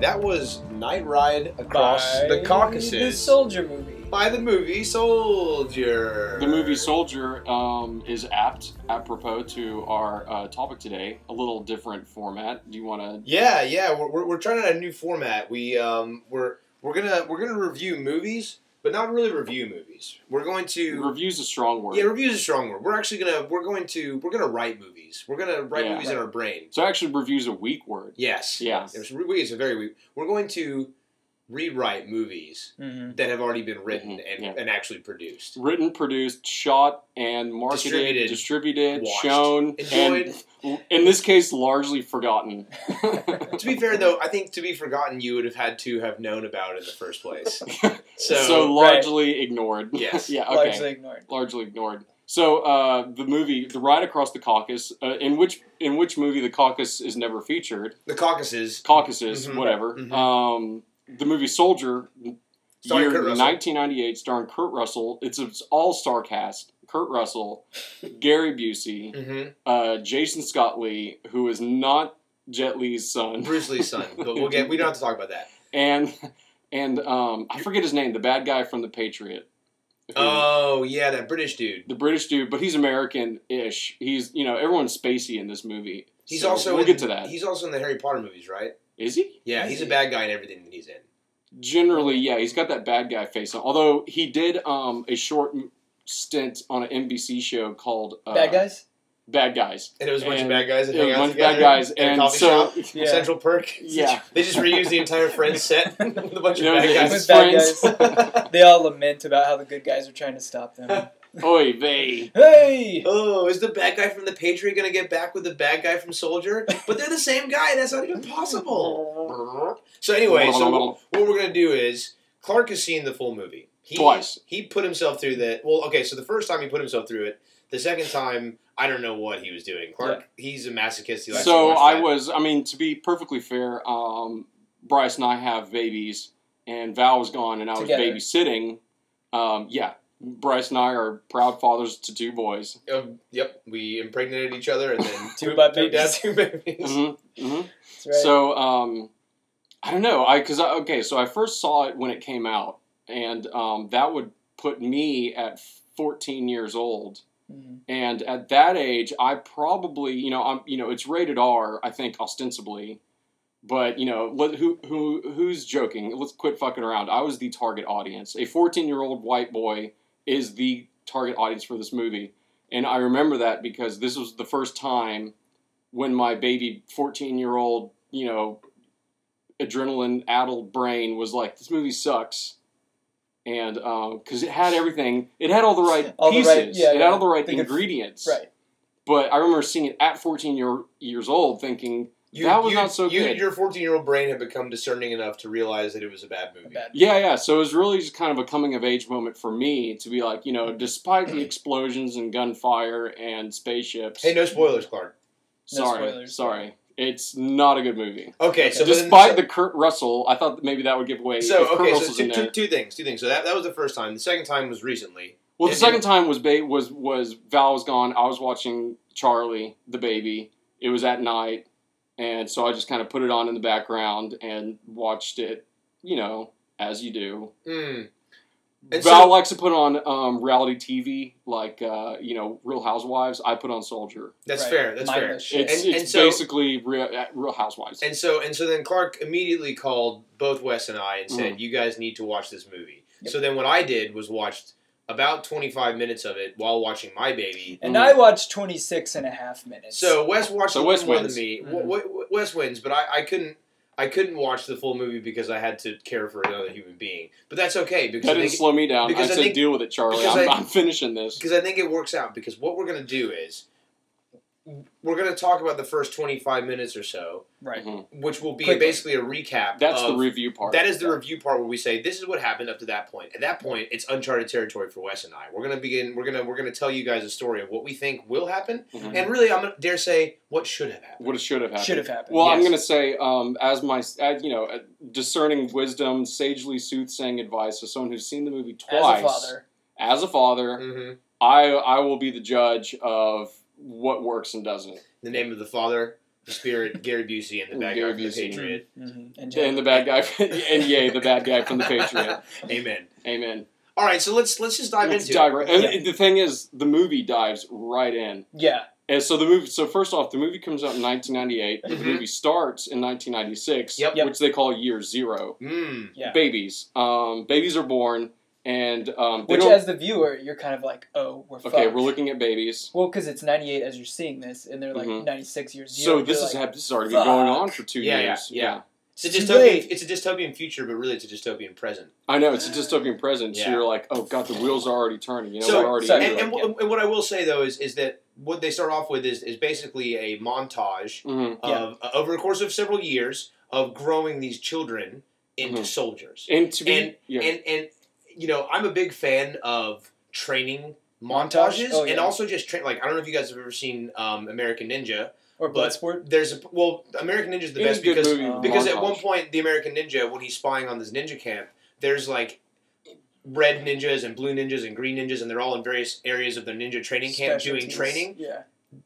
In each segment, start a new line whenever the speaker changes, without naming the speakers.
That was Night Ride Across the
The
Caucasus
soldier movie.
by the movie Soldier.
The movie Soldier um, is apt, apropos to our uh, topic today. A little different format. Do you want to?
Yeah, yeah, we're, we're, we're trying out a new format. We um we're we're gonna we're gonna review movies, but not really review movies. We're going to
Review's a strong word.
yeah, review is a strong word. We're actually gonna we're going to we're gonna write movies. We're gonna write
Yeah.
movies in our brain.
So actually, review's a weak word.
Yes,
Yeah.
It's, re- it's a very we- we're going to rewrite movies
Mm-hmm.
that have already been written
Mhm,
and,
yeah.
and actually produced.
Written, produced, shot, and marketed,
Distributed.
distributed,
Watched.
shown,
Enjoyed.
and in this case, largely forgotten.
to be fair though, I think to be forgotten you would have had to have known about in the first place. So,
So, largely ignored.
Yes.
yeah. Okay.
Largely ignored.
largely ignored. So uh, the movie, the ride across the Caucasus, uh, in which in which movie the Caucasus is never featured,
the Caucasus
Caucasus,
Mhm.
whatever.
Mhm.
Um, the movie Soldier,
Starring
year
Kurt Russell.
1998, starring Kurt Russell. It's an all star cast: Kurt Russell, Gary Busey,
Mhm.
uh, Jason Scott Lee, who is not Jet Lee's son,
Bruce Lee's son, but we'll get we don't have to talk about that.
and and um, I forget his name, the bad guy from The Patriot. who-
Oh yeah, that British dude.
the British dude, but he's American-ish. He's you know everyone's spacey in this movie.
He's
So
also
we'll
in,
get to that.
He's also in the Harry Potter movies, right?
Is he?
Yeah,
Is
he's
he?
a bad guy in everything that he's in.
Generally, yeah, he's got that bad guy face on. Although he did um, a short m- stint on an NBC show called uh,
Bad guys.
Bad Guys.
And it was a bunch
And-
of bad guys. That
It was
hang
a
out
bunch of
together
bad guys,
at a
and
coffee
so
shop,
Yeah.
Central Perk.
yeah,
they just reused the entire Friends set with a bunch of
You know,
bad guys.
it's
With bad guys.
friends.
They all lament about how the good guys are trying to stop them.
Oy vey.
hey.
Oh, is the bad guy from the Patriot gonna get back with the bad guy from Soldier? But they're the same guy. That's not even possible. So anyway, so what we're gonna do is Clark has seen the full movie he,
Twice.
He put himself through the well. Okay, so the first time he put himself through it. The second time, I don't know what he was doing. Clark, he's a masochist. He likes
So
to watch
I
that.
was. I mean, to be perfectly fair, um, Bryce and I have babies, and Val was gone, and I was
Together.
babysitting. Um, yeah, Bryce and I are proud fathers to two boys.
Um, yep, we impregnated each other and then
Two butt
two dads,
babies.
two babies.
Mhm, mhm.
That's right.
So um, I don't know. I because I, okay, so I first saw it when it came out, and um, that would put me at 14 years old.
Mhm.
And at that age, I probably you know I'm you know it's rated R, I think ostensibly, but you know let, who who who's joking? Let's quit fucking around. I was the target audience. A 14 year old white boy is the target audience for this movie. And I remember that because this was the first time when my baby 14 year old, you know, adrenaline addled brain was like, this movie sucks. And because it had everything, it had all the right
All the
pieces,
right- yeah,
it
yeah.
had all the right
Think of-
ingredients.
Right.
But I remember seeing it at 14 year, years old thinking,
You,
That was
you,
not so
you,
good.
Your 14 year old brain had become discerning enough to realize that it was a bad
A
movie.
Bad.
yeah, yeah. So it was really just kind of a coming of age moment for me to be like, you know, despite the explosions and gunfire and spaceships.
Hey, no spoilers, Clark.
No
sorry,
spoilers.
sorry. It's not a good movie.
Okay,
Okay.
so but then-
Despite the Kurt Russell, I thought that maybe that would give away.
so,
if Kurt
so okay, so
Russell's in
two,
there.
two, two things, two things. So that, that was the first time. The second time was recently.
well, the
if
second time was ba- was was Val was gone. I was watching Charlie the baby. It was at night, and so I just kind of put it on in the background and watched it. You know, as you do.
Mm. And
Val
so-
likes to put on um, reality TV, like uh, you know, Real Housewives. I put on Soldier.
That's
Right.
fair. That's fair.
Mindless shit.
It's,
And-
it's
and so-
basically real, uh, Real Housewives.
And so and so then Clark immediately called both Wes and I and said,
Mm.
"You guys need to watch this movie."
Yep.
So then what I did was watched about 25 minutes of it while watching my baby.
And I watched 26 and a half minutes.
So Wes watched
So
a
Wes
little more
wins.
than me.
Mhm.
W- w- Wes wins, but I, I couldn't I couldn't watch the full movie because I had to care for another human being. But that's okay because
that
I
didn't
think,
slow me down. I
because I
said,
think-
"Deal with it, Charlie.
because
I'm,
I-
I'm finishing this."
because I think it works out. Because what we're gonna do is we're gonna talk about the first 25 minutes or so,
right.
which will be
Quickly.
basically a recap.
That's
of
the review part.
That is the review part where we say this is what happened up to that point. At that point, it's uncharted territory for Wes and I. We're gonna begin. We're gonna we're gonna tell you guys a story of what we think will happen,
Mhm.
and really, I'm gonna dare say what should have happened.
what it should have happened.
Should have happened.
Well, I'm
Yes.
going to say, um, as my, as, you know, uh, discerning wisdom, sagely soothsaying advice, as someone who's seen the movie
As
twice,
a father.
as a father,
Mm-hmm.
I, I will be the judge of what works and doesn't.
The name of the father, Spirit, Gary Busey, and the bad guy
Gary
from the
Busey.
Patriot.
Mhm. And,
and the bad guy, and yay, the bad guy from the Patriot.
Amen.
Amen.
All right, so let's let's just dive
Let's
into
dive
it.
right. And the thing is, the movie dives right in.
yeah,
And so the movie. So first off, the movie comes out in 1998. but
Mhm.
The movie starts in 1996,
Yep.
Yep.
which they call Year Zero.
Mm.
Yeah.
Babies. Um, babies are born, and um, they
which
don't.
as the viewer, you're kind of like, oh, we're
okay,
fucked.
we're looking at babies.
well, because it's 98 as you're seeing this, and they're like
Mhm.
96 years.
So
zero,
this
you're
is
like,
hap- this has already been going on for two
Yeah, yeah,
years.
yeah. It's a
Too
dystopian.
late.
It's a dystopian future, but really it's a dystopian present.
I know it's a dystopian present. So
Yeah.
you're like, oh god, the wheels are already turning. You know,
So-
we're already.
so-
into
And,
it.
and, wh- and what I will say though is is that what they start off with is is basically a montage
Mhm.
of uh, over the course of several years of growing these children into
Mm-hmm.
Mhm.
soldiers.
and to be
And-
yeah.
And and you know I'm a big fan of training
Montage?
montages
Oh,
and
yeah.
also just train like I don't know if you guys have ever seen um, American Ninja.
or
but-
Bloodsport.
There's a, well American Ninja is the
It was
best
a good
because
movie,
because at
montage.
one point, the American Ninja, when he's spying on this ninja camp, there's like red ninjas and blue ninjas and green ninjas, and they're all in various areas of their ninja training camp doing
Specialties.
training.
Yeah,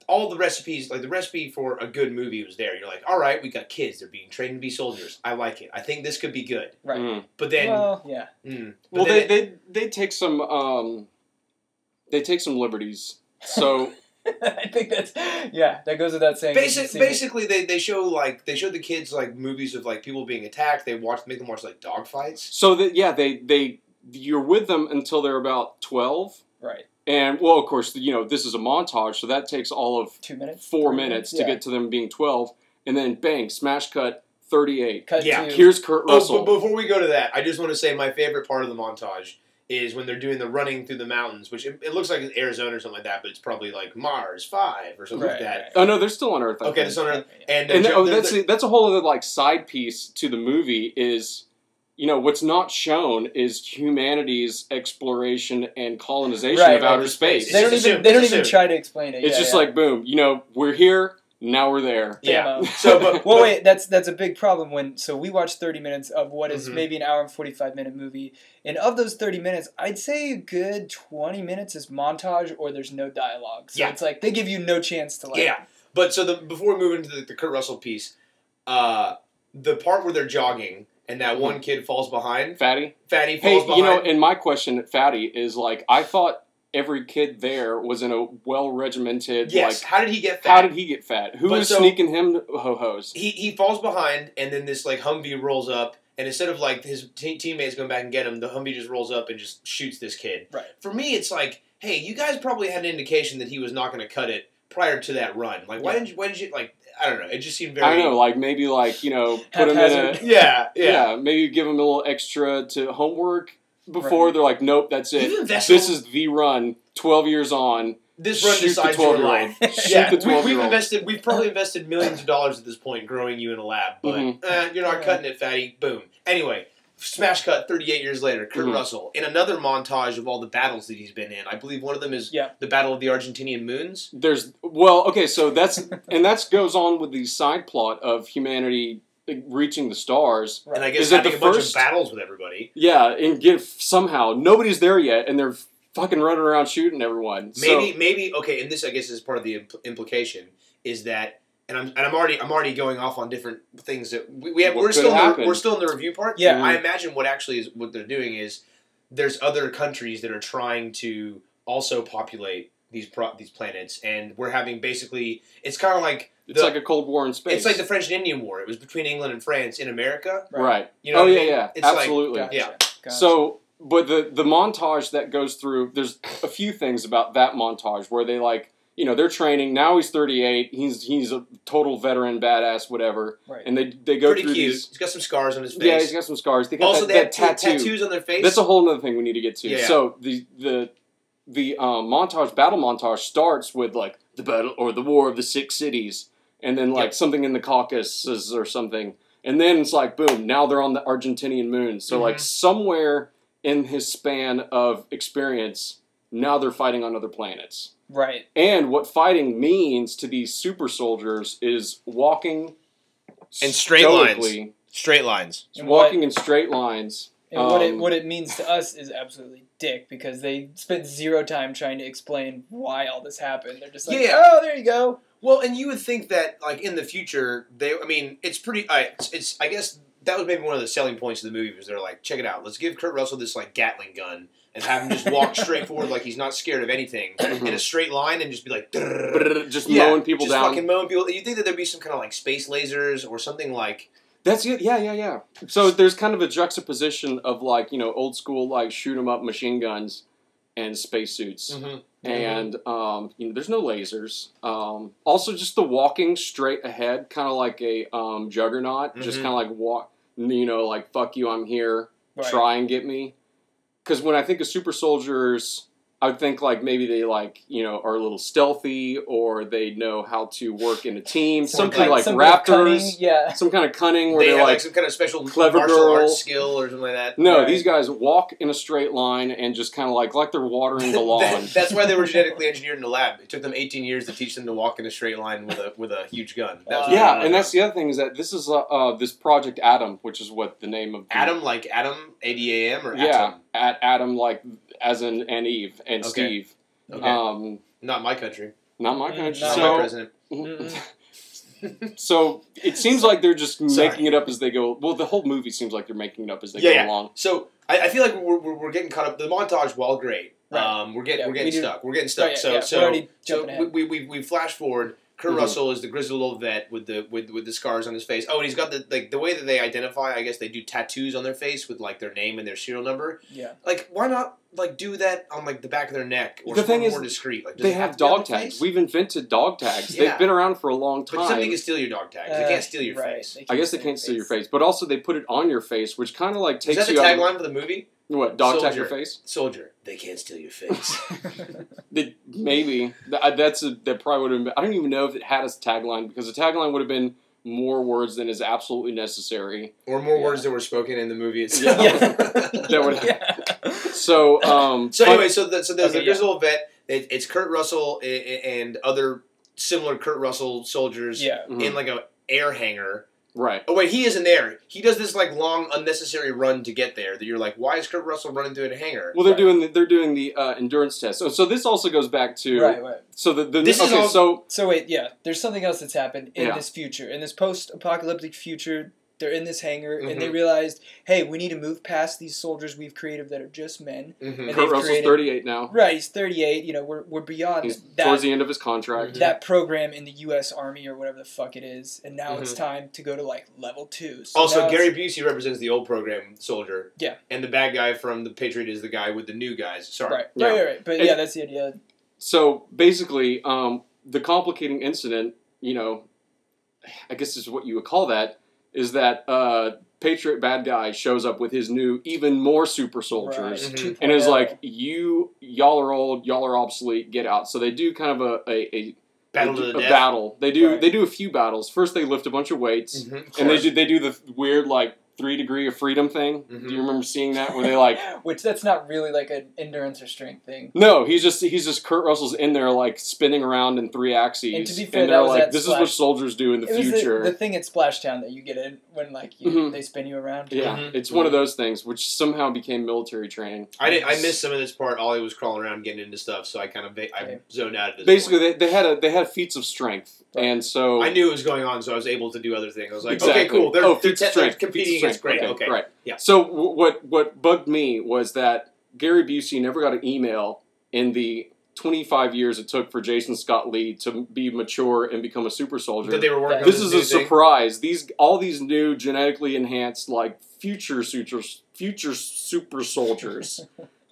All the recipes, like the recipe for a good movie, was there. You're like, all right, we got kids; they're being trained to be soldiers. I like it. I think this could be good.
right.
Mhm.
But then,
well, yeah.
mm, but
Well,
then
they, they they take some um, they take some liberties. So
I think that's yeah. That goes without saying.
Basic,
You've seen it.
basically, they, they show like they show the kids like movies of like people being attacked. They watch make them watch like dogfights.
so that yeah, they they you're with them until they're about twelve,
right.
and well, of course, you know this is a montage, so that takes all of
Two minutes.
four
Three
minutes to
yeah.
get to them being twelve, and then bang, smash cut, thirty-eight.
Cut
Yeah.
to-
Here's Kurt Russell.
Oh, but before we go to that, I just want to say my favorite part of the montage is when they're doing the running through the mountains, which it, it looks like it's Arizona or something like that, but it's probably like Mars Five or something
right,
like that.
Oh no, they're still on Earth. I
Okay,
think.
this on Earth.
right.
And,
and
the
th-
jo-
oh,
the-
that's
the-
a, that's a whole other like side piece to the movie is you know what's not shown is humanity's exploration and colonization
Right,
of
right.
outer space.
It's
They don't
just
even
assumed.
they don't
It's
even
assumed.
try to explain it.
it's
Yeah,
just
yeah.
like boom, you know, we're here, now we're there.
yeah.
Demo.
uh,
So, but
um, Well,
but-
wait. That's that's a big problem. When so we watched thirty minutes of what is
Mhm.
maybe an hour and forty five minute movie, and of those thirty minutes, I'd say a good twenty minutes is montage or there's no dialogue. So
Yeah.
it's like they give you no chance to like.
yeah. But so the before we move into the, the Kurt Russell piece, uh, the part where they're jogging and that one kid falls behind,
Fatty.
Fatty
Mm-hmm. Hey,
falls
you
behind.
know, and my question, Fatty, is like I thought every kid there was in a well regimented
yes.
like
how did he get fat?
how did he get fat? Who
But
was
so-
sneaking him ho hos?
he he falls behind, and then this like Humvee rolls up, and instead of like his te- teammates going back and get him, the Humvee just rolls up and just shoots this kid.
Right.
For me, it's like, hey, you guys probably had an indication that he was not going to cut it prior to that run. Like, why
Yeah.
didn't you? Why did you? Like, I don't know. It just seemed very.
I know, like maybe like, you know, put him in a
Haphazard.
Yeah, yeah.
yeah. maybe give them a little extra to homework before
Right.
they're like, nope, that's it.
Even Vessel,
This is the run. Twelve years on,
this run
shoot the
decides your
12-year-old.
life.
shoot
yeah,
the
we,
twelve
we've
year old.
invested. We've probably invested millions of dollars at this point growing you in a lab, but
Mhm.
eh, you're not
Yeah.
cutting it, fatty. Boom. Anyway, smash cut. Thirty-eight years later, Kurt
Mhm.
Russell in another montage of all the battles that he's been in. I believe one of them is
Yeah.
the Battle of the Argentinian Moons.
There's well, okay, so that's and that goes on with the side plot of humanity reaching the stars.
Right.
And I guess
Is it
having
the
a bunch
first-
of battles with everybody.
Yeah, and get somehow nobody's there yet, and they're fucking running around shooting everyone.
Maybe, maybe okay. And this, I guess, is part of the impl- implication is that, and I'm and I'm already I'm already going off on different things that we, we have.
What
we're
could
still in the,
happen.
we're still in the review part.
Yeah.
I imagine what actually is what they're doing is there's other countries that are trying to also populate these pro- these planets, and we're having basically it's kind of like
so it's
the-
like a Cold War in space.
it's like the French and Indian War. It was between England and France in America.
right.
You know?
oh
what
yeah,
I mean?
yeah,
It's like-
absolutely.
Gotcha,
Yeah.
gotcha.
So, but the the montage that goes through, there's a few things about that montage where they like, you know, they're training. Now he's 38. He's he's a total veteran, badass, whatever.
right.
And they they go
pretty
through
cute.
these.
He's got some scars on his face.
Yeah, he's got some scars. They got
also,
that,
they
that
have ta-
tattoo.
tattoos on their face.
That's a whole other thing we need to get to.
Yeah.
So the the the um, montage battle montage starts with like the battle or the war of the six cities, and then like
Yep.
something in the Caucasus or something, and then it's like boom, now they're on the Argentinian moon. So like
Mhm.
somewhere in his span of experience, now they're fighting on other planets.
right.
And what fighting means to these super soldiers is walking
In straight
stoically,
Straight lines.
And
walking in straight lines.
And what it
Um,
what it means to us is absolutely dick because they spent zero time trying to explain why all this happened. They're just like,
Yeah.
oh, there you go.
Well, and you would think that like in the future they, I mean, it's pretty. I, it's, it's I guess that was maybe one of the selling points of the movie was they're like, check it out, let's give Kurt Russell this like Gatling gun and have him just walk straight forward like he's not scared of anything in a straight line and just be like. "Drrrr."
just
Yeah,
mowing people
just
down.
fucking mowing people. You think that there'd be some kind of like space lasers or something like?
That's it. Yeah, yeah, yeah. So there's kind of a juxtaposition of like you know old school like shoot 'em up machine guns and spacesuits,
Mm-hmm.
and um, you know there's no lasers. Um, also, just the walking straight ahead, kind of like a um, juggernaut, just
Mhm.
kind of like walk. You know, like fuck you, I'm here.
Right.
Try and get me. Because when I think of super soldiers, I would think like maybe they like you know are a little stealthy or they know how to work in a team, something
kind-
like
some kind of
raptors.
cunning- Yeah.
Some kind of cunning where
They
are
have like,
like
some kind of special
clever
martial
girl.
arts skill or something like that.
No,
Right.
these guys walk in a straight line and just kind of like like they're watering the lawn.
That- that's why they were genetically engineered in the lab. It took them 18 years to teach them to walk in a straight line with a with a huge gun. That uh, was
yeah,
really
and that's the other thing is that this is uh, uh, this Project Adam, which is what the name of the,
Adam like Adam A D A M or
Yeah,
Atom.
at Adam like as in and Eve and
Okay.
Steve.
Okay.
Um,
not my country.
not my
Mm,
kind of
Not
Uh,
my
So-
so
president.
so it seems like they're just
Sorry.
making it up as they go. Well, the whole movie seems like they're making it up as they
Yeah,
go
yeah.
along.
So I, I feel like we're, we're, we're getting caught up. The montage, while great,
Right.
um, we're getting
Yeah,
we're
we
getting
do-
stuck. We're getting
Oh,
stuck.
yeah,
so
yeah,
so
we're already
So
jumping
we,
ahead. Mm-hmm.
we, we, we flash forward. Kurt
Mhm.
Russell is the grizzled old vet with the with, with the scars on his face. Oh, and he's got the like the way that they identify. I guess they do tattoos on their face with like their name and their serial number.
Yeah.
Like, why not like do that on like the back of their neck or
The
something
thing is,
more discreet? Like, does
They
it
have
to be on
dog
their
tags.
face?
We've invented dog tags.
Yeah.
They've been around for a long time.
but somebody can steal your dog tags. they
Uh,
can't steal your
right.
face.
They
I guess they
steal
can't steal your face, but also they put it on your face, which kind of like
Is
takes
that the
you out. of-
tagline for the movie?
What dog tag your
Soldier.
face?
Soldier, they can't steal your face.
The, maybe Th- I- that's a, that probably would have. been I don't even know if it had a tagline because the tagline would have been more words than is absolutely necessary.
or more
Yeah.
words that were spoken in the movie itself.
Yeah.
That would.
yeah.
So um.
So
but-
anyway, so the, so there's
Okay,
a grizzled vet. It, it's Kurt Russell a- a- and other similar Kurt Russell soldiers
Yeah.
Mhm.
in like a air hangar.
right.
Oh wait, he isn't there. He does this like long unnecessary run to get there. That you're like, why is Kurt Russell running through a hangar?
Well, they're
Right.
doing the, they're doing the uh, endurance test. So so this also goes back to
Right. Right.
so the, the
This is
okay
all-
so
So wait, yeah. There's something else that's happened in
Yeah.
this future, in this post-apocalyptic future. They're in this hangar, and they
Mhm.
realized, hey, we need to move past these soldiers we've created that are just men.
Mhm.
And
Kurt
they've
Russell's
created-
thirty eight now.
Right, he's 38. You know, we're, we're beyond
He's
that
towards the end of his contract.
that program in the U.S. Army or whatever the fuck it is, and now
Mm-hmm.
it's time to go to like level two. So now
Also,
it's-
Gary Busey represents the old program soldier.
Yeah.
And the bad guy from the Patriot is the guy with the new guys. Sorry.
Right,
Yeah.
right, right, right. But
And-
yeah, that's the idea.
So basically, um, the complicating incident, you know, I guess is what you would call that, is that uh, Patriot bad guy shows up with his new, even more super soldiers, Mm-hmm.
Right.
Mhm.
and is
2.0.
like, "You, y'all are old, y'all are obsolete, get out." So they do kind of a a, a,
Battle
a,
to the death.
battle. They do
Right.
they do a few battles. First, they lift a bunch of weights,
Mm-hmm.
Mhm, of
and they
course.
do they do the weird like three degree of freedom thing. Do
Mhm.
you remember seeing that where they like?
which that's not really like an endurance or strength thing.
No, he's just he's just Kurt Russell's in there like spinning around in three axes,
And to be fair,
and they're
that was
like,
at
"This
Splash-
is what soldiers do in the
it was
future."
The, the thing at Splashtown that you get in when like you,
Mhm.
they spin you around.
yeah,
Mhm.
it's one of those things which somehow became military training.
I did, I missed some of this part. Ollie was crawling around getting into stuff, so I kind of va- I
Okay.
zoned out. At this
Basically,
point.
they, they had a they had feats of strength,
Right.
and so
I knew it was going on, so I was able to do other things. I was like,
exactly.
okay, cool. They're,
oh,
they're,
feats
te-
of
they're
strength,
competing
feats of
against
strength.
great.
Okay,
Okay,
right.
Yeah.
So w- what what bugged me was that Gary Busey never got an email in the 25 years it took for Jason Scott Lee to be mature and become a super soldier.
that they were working.
Yeah.
on
this is a
new thing.
surprise. These all these new genetically enhanced like future sutures, future super soldiers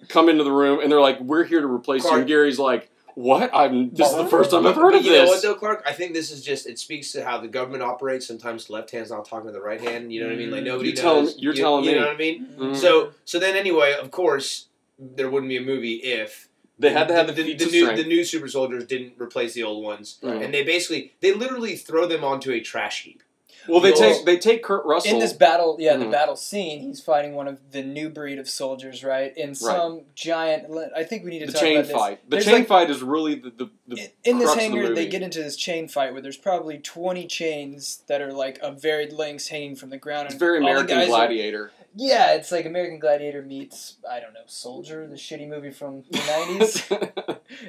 come into the room and they're like, "We're here to replace you."
Clark-
And Gary's like, "What? I'm. This is the first time I've
But
heard of
you know what
this."
though, Clark? I think this is just it speaks to how the government operates. Sometimes the left hand's not talking to the right hand. You know what I mean? Like
Mm.
nobody
You tell
knows.
me- you're
you,
telling
you
me.
know what I mean?
Mm-hmm.
Mhm.
So so then anyway, of course, there wouldn't be a movie if
They had to have the,
the,
feats of
new
strength.
the new super soldiers didn't replace the old ones,
Right.
and they basically they literally throw them onto a trash heap.
well, they
Well,
take they take Kurt Russell.
in this battle, yeah, the
Mhm.
battle scene, he's fighting one of the new breed of soldiers, right? In some giant, I think we need to
the
talk
chain
about this.
fight. The
There's
chain
like-
fight is really the the, the
In- in this
crux of the
hangar, they
movie.
get into this chain fight where there's probably 20 chains that are like of varied lengths hanging from the ground.
it's
And
very
all the
American
guys are-
Gladiator.
Yeah, it's like American Gladiator meets I don't know Soldier, the shitty movie from the nineties,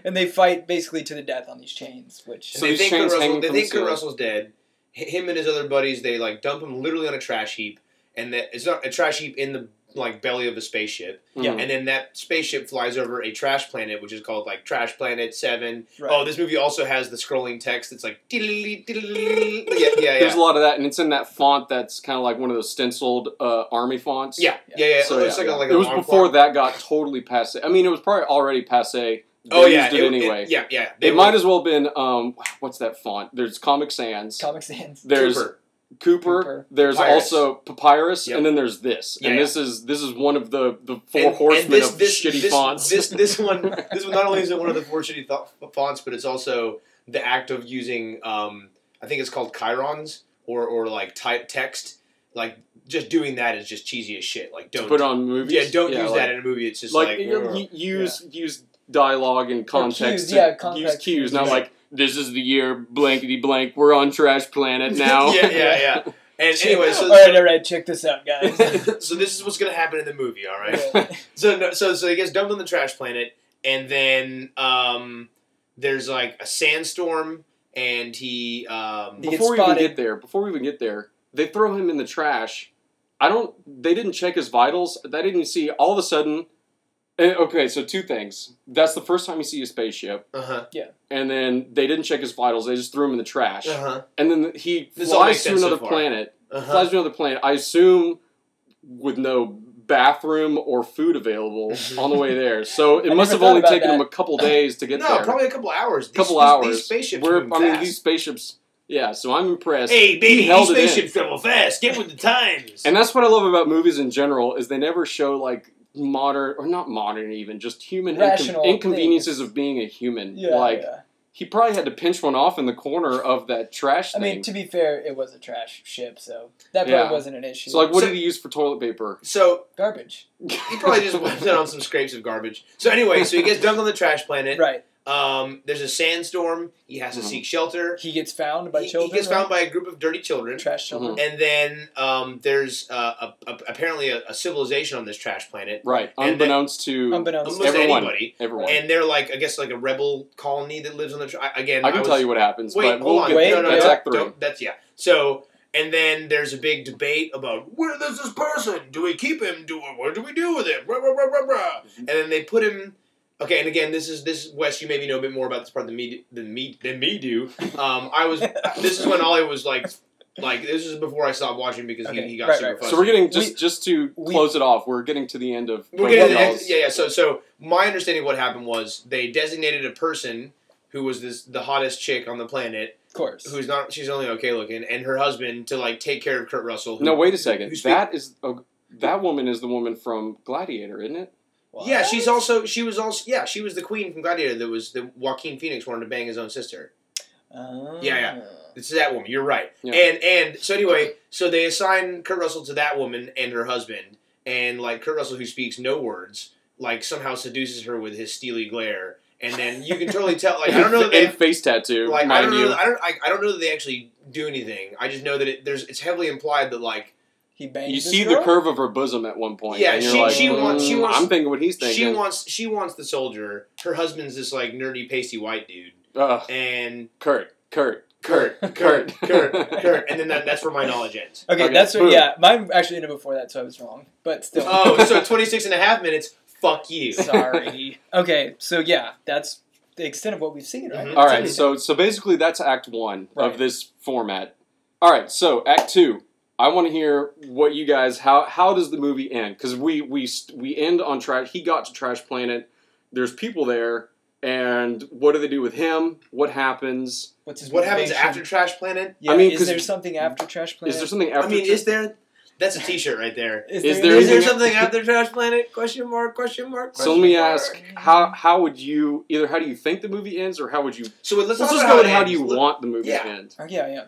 and they fight basically to the death on these chains. Which
And
So
they
these
think Kurt
chains
Russell,
hanging
they
from
think
the
Kurt
ceiling.
Russell's dead. H- him and his other buddies, they like dump him literally on a trash heap, and that it's not a trash heap in the like belly of a spaceship.
Mm-hmm.
Yeah.
Mm.
And then that spaceship flies over a trash planet, which is called like Trash Planet Seven.
right.
Oh, this movie also has the scrolling text. It's like "Diddle-dee, diddle-dee." yeah, yeah,
There's
yeah.
a lot of that, and it's in that font that's kind of like one of those stenciled uh, army fonts.
Yeah, yeah, yeah.
So,
it looks
yeah,
like,
yeah.
a, like
it
an
was
arm
before
clock.
that got totally passe. I mean, it was probably already passe. They
Oh yeah,
used it, anyway.
yeah, yeah.
it might as well been um, what's that font? There's Comic Sans.
Comic Sans.
there's Cooper.
Cooper.
Cooper.
There's
Papyrus.
also Papyrus,
Yep.
and then there's this.
Yeah,
and
yeah.
this is this is one of the the four
And- and
horsemen
this-
of
this-
shitty
this-
fonts.
This this one this one not only is it one of the four shitty th- fonts, but it's also the act of using um, I think it's called chirons or or like type text. Like just doing that is just cheesy as shit. Like
to
don't
put on movies.
yeah don't use
like-
that in a movie. It's just
like,
like,
you know, y- use use dialogue and context.
cues, yeah,
to
context.
Use cues, not
Yeah.
like this is the year blankety blank. We're on trash planet now.
yeah yeah yeah. And anyway, so
all right, all right, check this out, guys.
so this is what's gonna happen in the movie. All right.
Yeah.
So no, so so he gets dumped on the trash planet, and then um, there's like a sandstorm, and he um,
He gets
before we even
spotted.
get there, before we even get there, they throw him in the trash. I don't. They didn't check his vitals. They didn't see. All of a sudden, eh, okay. So two things. That's the first time you see a spaceship,
uh-huh,
and then they didn't check his vitals. They just threw him in the trash,
uh-huh,
and then he
This all makes
flies to
sense so
another
far.
planet.
uh-huh.
Flies to another planet. I assume with no bathroom or food available on the way there. So it
I never
must have
thought
only
about
taken
that.
him a couple days to get
no,
there.
probably a couple hours. These,
couple
these-
hours.
These spaceships
We're-
move
I mean,
fast.
these spaceships. Yeah, so I'm impressed.
Hey, baby,
he held
these
it in.
spaceships travel fast. Get with the times.
And that's what I love about movies in general is they never show like modern or not modern even just human incon-
Rational
inconveniences
things.
of being a human.
Yeah,
like
yeah.
he probably had to pinch one off in the corner of that trash
I
thing.
mean, to be fair, it was a trash ship, so that probably
Yeah.
wasn't an issue.
so like, what
So-
did he use for toilet paper?
so
garbage,
he probably just wiped it on some scrapes of garbage. So anyway, so he gets dumped on the trash planet.
right?
Um, there's a sandstorm. He has to
Mhm.
seek shelter.
He gets found by
he,
children.
he gets
right?
found by a group of dirty children.
trash
Mm-hmm.
children.
And then um, there's uh, a, a, apparently a, a civilization on this trash planet.
Right,
And
unbeknownst to
Unbeknownst
Almost
to
everyone.
anybody.
everyone.
And they're like, I guess, like a rebel colony that lives on the. Tra- I- again,
I can
was-
tell you what happens,
Wait,
but
hold
we'll
on.
get
Wait,
no, no,
that's
no,
Act 3
don't- That's yeah. So. And then there's a big debate about where does this person? Do we keep him? Do we, what do we do with him? Rah, rah, rah, rah, rah.
Mm-hmm.
And then they put him. Okay, and again, this is this Wes. You maybe know a bit more about this part than me than me than me do. Um, I was. this is when Ollie was like, like this is before I stopped watching because
Okay,
he, he got
right,
super
right.
fussy.
So we're getting
We-
just just to
we-
close it off. We're getting to the end of
We're getting to the
Protocols.
ex- yeah, yeah. So, so my understanding of what happened was they designated a person who was this the hottest chick on the planet,
Of course.
who's not she's only okay looking, and her husband to like take care of Kurt Russell. who-
No, wait a second.
who speak-
That is oh, that woman is the woman from Gladiator, isn't it?
yeah,
What?
she's also she was also yeah she was the queen from Gladiator that was that Joaquin Phoenix wanted to bang his own sister.
Oh.
Yeah, yeah. It's that woman. You're right.
Yeah.
And and so anyway, so they assign Kurt Russell to that woman and her husband, and like Kurt Russell, who speaks no words, like somehow seduces her with his steely glare. And then you can totally tell. Like I don't know that
and,
they
face tattoo,
like I
mind
don't
you.
know, I don't, I, I don't know that they actually do anything. I just know that it, there's, it's heavily implied that like
He bangs.
you
this
see the
girl?
curve of her bosom at one point.
Yeah,
and you're
she-
like,
she wants-
she
"Mm,
wants-
I'm thinking what he's thinking.
she wants, she wants the soldier. Her husband's this like nerdy, pasty white dude,
Ugh,
and
Kurt, Kurt,
Kurt, Kurt,
Kurt.
Kurt, Kurt, and then that, that's where my knowledge ends.
Okay,
Okay,
that's what,
boom.
yeah. Mine actually ended before that, so I was wrong. But still.
Oh, so 26 and a half minutes. Fuck you.
sorry. Okay, so yeah, that's the extent of what we've seen, right?
Mhm.
All right, so so basically that's Act One
Right.
of this format. All right, so Act Two. I want to hear what you guys how how does the movie end? Because we we st- we end on trash. He got to Trash Planet. There's people there, and what do they do with him? What happens?
What's his
What happens
motivation?
after Trash Planet?
Yeah,
I mean,
is
'cause-
there something after Trash Planet?
Is there something
I
after?
mean,
Tra-
is there? That's a T-shirt right there.
is
Is
there
there,
anything-
something after Trash Planet? Question mark. Question mark.
so
question
let me
mark.
ask how how would you either how do you think the movie ends or how would you
So wait, let's,
let's
talk
just
about
go with
it
how do
ends.
you
Let-
want the movie
Yeah.
to end?
Oh, yeah, yeah.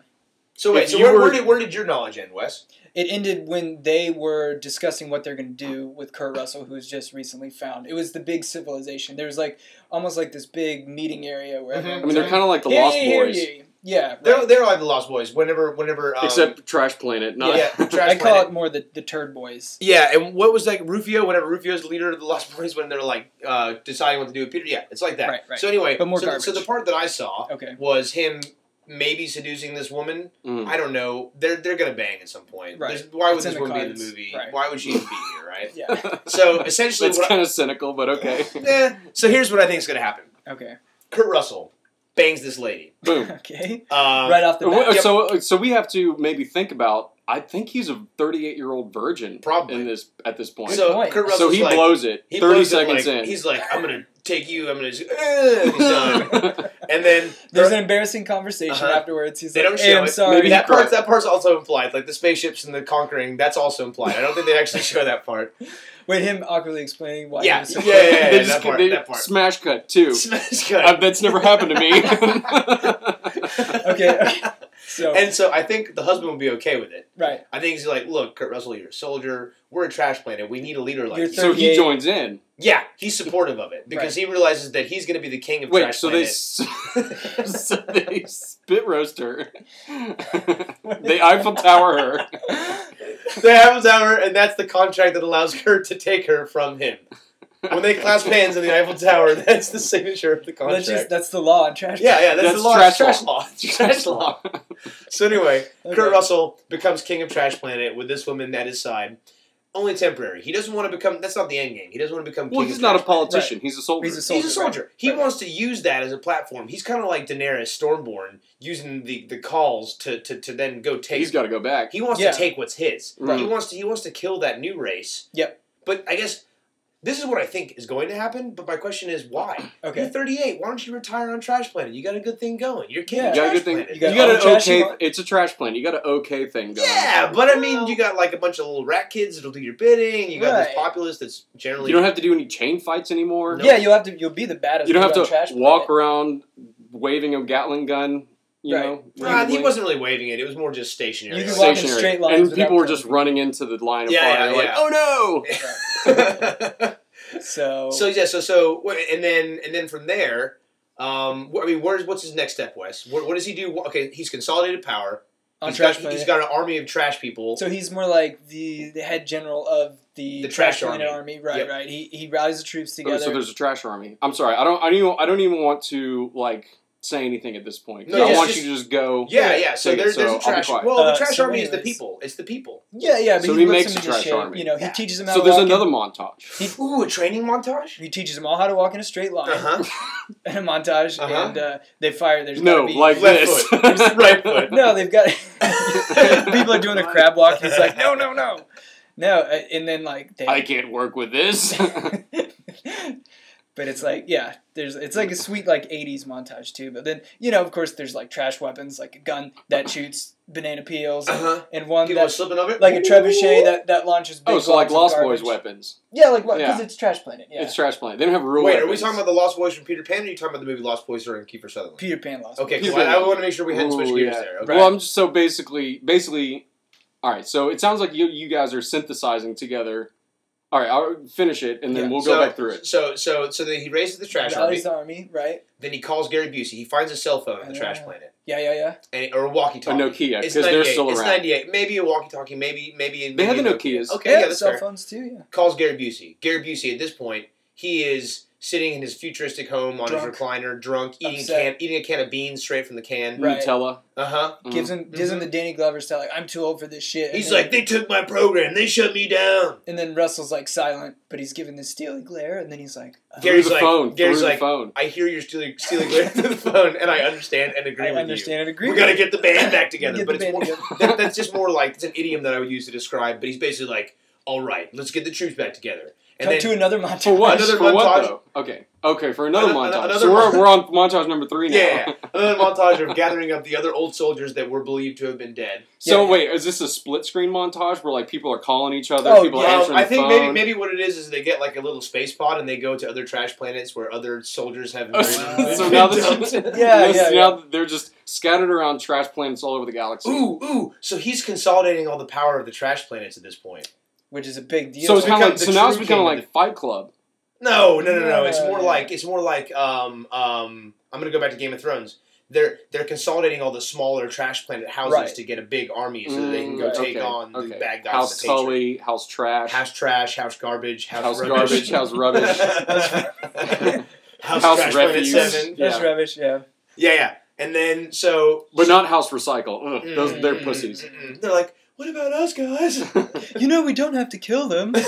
So wait,
if
so
you
where,
were-
where, did, where did your knowledge end, Wes?
It ended when they were discussing what they're going to do with Kurt Russell, who was just recently found. It was the big civilization. There was like almost like this big meeting area where
Mhm.
everyone was
I mean, they're
like,
kind of like the
"Hear
Lost
ye, hear
Boys.
ye." Yeah,
They're
right.
they're like the Lost Boys. Whenever whenever um,
Except Trash Planet. Not
yeah, Trash
I call
Planet.
it more the, the turd boys.
yeah, and what was like Rufio? Whenever Rufio's the leader of the Lost Boys, when they're like uh, deciding what to do with Peter, yeah, it's like that.
Right, right.
So anyway,
But more
so, so
garbage.
the part that I saw
Okay.
was him maybe seducing this woman.
Mm.
I don't know. They're they're gonna bang at some point.
Right.
There's- why would
It's in
this
the
woman be in the
cards.
movie?
Right.
Why would she even be here? Right.
Yeah.
So essentially,
That's
what
kind of cynical, but okay.
I, eh, so here's what I think is gonna happen.
Okay.
Kurt Russell bangs this lady.
Boom.
Okay.
Um,
right off the bat.
Yep.
So, so we have to maybe think about. I think he's a 38 year old virgin,
Probably.
in this at this point.
So
point.
Kurt
So
Russell's
he
like,
blows it.
he
30
blows it,
seconds
like,
in.
He's like, I'm gonna take you. I'm gonna. Just, eh, and he's done. And then
There's an embarrassing conversation
uh, Uh-huh.
afterwards. He's
They
like,
don't
"Hey,
show
I'm
it.
sorry."
Maybe
that
he cried.
part that part's also implied. Like the spaceships and the conquering, that's also implied. I don't think they actually show that part.
Wait, him awkwardly explaining why.
Yeah,
he was so
yeah, yeah,
They
that
just-
part,
they-
that part.
Smash cut too.
Smash cut.
Uh, that's never happened to me.
Okay, okay. So
And so I think the husband will be okay with it.
right,
I think he's like, look, Kurt Russell, you're a soldier. We're a trash planet. We need a leader like
You're
you.
thirty-
so he
38.
joins in.
yeah, he's supportive of it because he realizes that he's going to be the king of
Wait,
trash
so they,
planet.
s- so they spit roast her. they Eiffel Tower her.
They have Tower, and that's the contract that allows Kurt to take her from him. When they clasp hands in the Eiffel Tower, that's the signature of the
that's
contract.
just that's the law on trash.
yeah, yeah, that's,
That's
the law.
trash
trash law. trash law. So anyway,
Okay.
Kurt Russell becomes king of Trash Planet with this woman at his side. Only temporary. He doesn't want to become. That's not the end game. He doesn't want to become.
Well,
king
he's
of
not a
Trash Planet.
politician. He's a soldier.
He's a soldier.
He's a soldier. He
Right.
wants to use that as a platform. He's kind of like Daenerys Stormborn, using the, the calls to, to, to then go take.
he's got to go back.
he wants
Yeah.
to take what's his.
Right.
He wants to he wants to kill that new race.
Yep.
But I guess this is what I think is going to happen. But my question is why?
right.
You're
Okay.
38. Why don't you retire on Trash Planet? You got a good thing going. You're king
Yeah. Oh,
of Trash
You got a good thing.
Planet.
You
got
got
all
an
the trash
okay.
you want.
It's a trash plan. You got an okay thing going.
Yeah, but I mean,
Well-
you got like a bunch of little rat kids that'll do your bidding. You got
Right.
this populace that's generally
You don't have to do any chain fights anymore.
Yeah, you'll have to. You'll be the baddest.
You don't
dude
have
on trash
to walk
planet.
around waving a Gatling gun. You
Right.
know,
Nah, Uh, he
randomly.
wasn't really waving it. It was more just stationary.
You can walk in
like-
stationary,
straight lines
and
without
people were
turning.
just running into the line of
Yeah, yeah,
fire. They're
yeah.
Like, oh no!
So,
so yeah, so so and then and then from there, um, wh- I mean, where's what's his next step, Wes? What, what does he do? Okay, he's consolidated power.
on
He's
trash
got,
planet.
he's got an army of trash people.
so he's more like the, the head general of the,
The trash
planet
army.
army. Right,
Yep.
right. He he rallies the troops
Oh,
together.
so there's a trash army. I'm sorry. I don't. I don't. Even, I don't even want to like say anything at this point. 'cause
No,
I
just-
want
just-
you to just go.
yeah, yeah. So
Take it,
there's
so
there's
I'll
a
be
trash.
quiet.
Well,
Uh,
the trash
so
army is the
anyways.
people. It's the people.
yeah, yeah. But
So
he,
he
whips
makes
them
a
into
trash
shape.
army.
You know, he
Yeah.
teaches them how
So
to
there's
walk
another
In,
montage.
Ooh, a training montage.
he teaches them all how to walk in a straight line
Uh huh.
in a montage,
Uh-huh.
and uh, they fire. There's
No,
gotta be,
like
Left
this.
foot. Right foot.
No, they've got people are doing the crab walk. He's like, no, no, no, no, uh, and then like they,
I can't work with this.
but it's like yeah, there's it's like a sweet like '80s montage too. But then you know, of course, there's like trash weapons, like a gun that shoots banana peels,
Uh huh.
and one
People are
that's
slipping over.
like a trebuchet that that launches. Big
oh, so like
blocks
Lost
of
Boys
garbage.
weapons.
Yeah, like what?
Yeah.
Because it's Trash Planet. Yeah,
It's trash planet. They don't have real
Wait, are we
weapons.
talking about the Lost Boys from Peter Pan, or are you talking about the movie Lost Boys during Kiefer Sutherland?
Peter Pan Lost.
Okay,
Peter
cool. I,
Pan.
want to make sure we hadn't switched
Ooh,
gears
Oh, yeah.
there. Okay.
Right.
Well, I'm just so basically, basically, all right. So it sounds like you you guys are synthesizing together. All right, I'll finish it and then
Yeah.
we'll
so,
go back through it.
So, so, so then he raises the trash army.
Rallies the army, right?
Then he calls Gary Busey. He finds his cell phone in the trash
Yeah.
planet
Yeah, yeah, yeah.
and, or a
A
walkie-talkie.
Oh, Nokia
It's
because they're
98.
still
It's
around.
98. Maybe a walkie-talkie. Maybe, maybe. maybe
They have
a
the
Nokia.
Nokias.
Okay, yeah, that's
cell
fair. Mm-hmm.
phones too. Yeah.
Calls Gary Busey. Gary Busey at this point, he is sitting in his futuristic home on
Drunk.
his recliner, drunk, eating
Upset.
can, eating a can of beans straight from the can.
Right.
Nutella.
Uh huh.
Mhm.
Gives him gives him the Danny Glover style. Like I'm too old for this shit. and
Mm-hmm. He's
then-
like, they took my program. They shut me down.
And then Russell's like silent, but he's giving this steely glare, and then he's like, oh,
Gary's
Mm-hmm. through the
like-
phone.
Gary's
through
like-
the phone.
I hear you're stealing stealing glare through the phone, and I understand and agree
I
with
understand and
you.
agree.
We gotta
with you."
get the band back together,
Get
but
the
it's more,
band
that, that's just more like it's an idiom that I would use to describe. But he's basically like, "All right, let's get the troops back together." And
Cut
then
to another montage.
For what?
Another
for what
montage.
though? Okay. Okay, for another,
Another-
montage.
another
so we're,
mon-
we're on montage number three now.
yeah, another montage of gathering up the other old soldiers that were believed to have been dead.
so
Yeah.
wait, is this a split screen montage where like people are calling each other,
Oh,
people are
yeah.
Um,
answering
I
the
think maybe
phone?
maybe what it is is they get like a little space pod and they go to other trash planets where other soldiers have.
Oh,
Wow.
so now
dumped.
this,
Yeah,
this-
yeah,
now they're just scattered around trash planets all over the galaxy.
Ooh, ooh! So he's consolidating all the power of the trash planets at this point.
Which is a big deal.
so it's
become
kind of like
the
so now it's
true
becoming
king of
like Fight Club.
No, no, no, no. It's
No.
more like it's more like um um. I'm gonna go back to Game of Thrones. they're they're consolidating all the smaller trash planet houses
Right.
to get a big army so that they can go
Mm,
take
okay,
on the
okay.
bad guys.
House
of the Patriot.
Sully, House Trash,
house trash, house garbage, house,
House
rubbish.
Garbage, House Rubbish,
house,
House
trash
Refuse.
planet seven.
That's
Yeah.
rubbish. Yeah.
Yeah, yeah. And then so
but not House Recycle. Ugh, those they're
Mm,
pussies.
mm, mm, mm. They're like, what about us guys?
You know we don't have to kill them. It's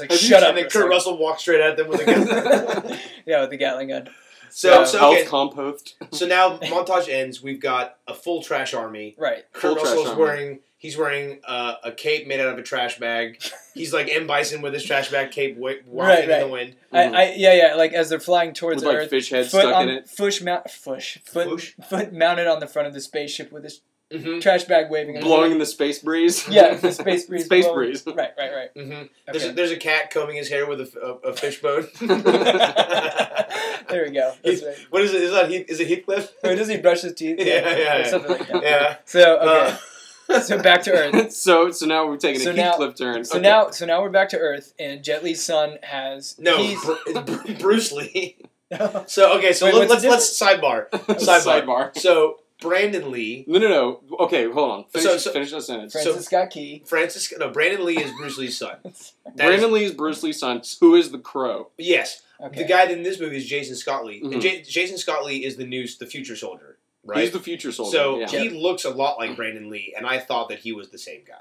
like,
Have you-
shut up.
and then
for a
Kurt
second.
Russell walks straight at them with a gun.
Yeah, with the Gatling gun.
so,
Yeah.
so,
House
okay,
Compost.
so now montage ends. We've got a full trash army.
Right.
Full
Kurt
trash
Russell's
army.
wearing he's wearing uh, a cape made out of a trash bag. He's like M Bison with his trash bag cape wa-
Right,
rocking in
right.
the wind.
Mhm.
I, I yeah yeah like as they're flying towards
with like
Earth,
fish heads
foot
stuck
on
in it.
Fush mount, fush, foot,
Fush?
foot mounted on the front of the spaceship with his
Mm-hmm.
trash bag waving. and
Blowing in the space breeze.
Yeah, the space breeze.
Space
blowing.
breeze.
Right, right, right.
Mm-hmm. There's, a,
Okay.
there's a cat combing his hair with a, f- a- a fishbone.
There we go. That's right.
what is it? Is that Heath, is it Heathcliff?
Or does he brush his teeth?
Yeah, yeah, yeah. Uh,
or Something like that.
yeah.
So okay.
Uh,
so back to Earth.
so so now we're taking
So
a
now-
Heathcliff turn.
So
Okay.
now, so now we're back to Earth, and Jet Li's son has
No,
He's,
Bru- it's Bru- Bruce Lee.
no,
So okay, so
Wait,
let,
what's
let's let's
the
sidebar. Sidebar.
sidebar.
So Brandon Lee,
No no no. Okay, hold on. Finish,
So- so-
finish that sentence.
Francis got key.
Francis, no, Brandon Lee is Bruce Lee's son. That is-
Brandon Lee is Bruce Lee's son, who is the crow.
yes,
Okay.
the guy in this movie is Jason Scott Lee. And
Mhm.
Ja- Jason Scott Lee is the new, the future soldier, right?
He's the future soldier.
so
yeah.
he looks a lot like Brandon Lee, and I thought that he was the same guy.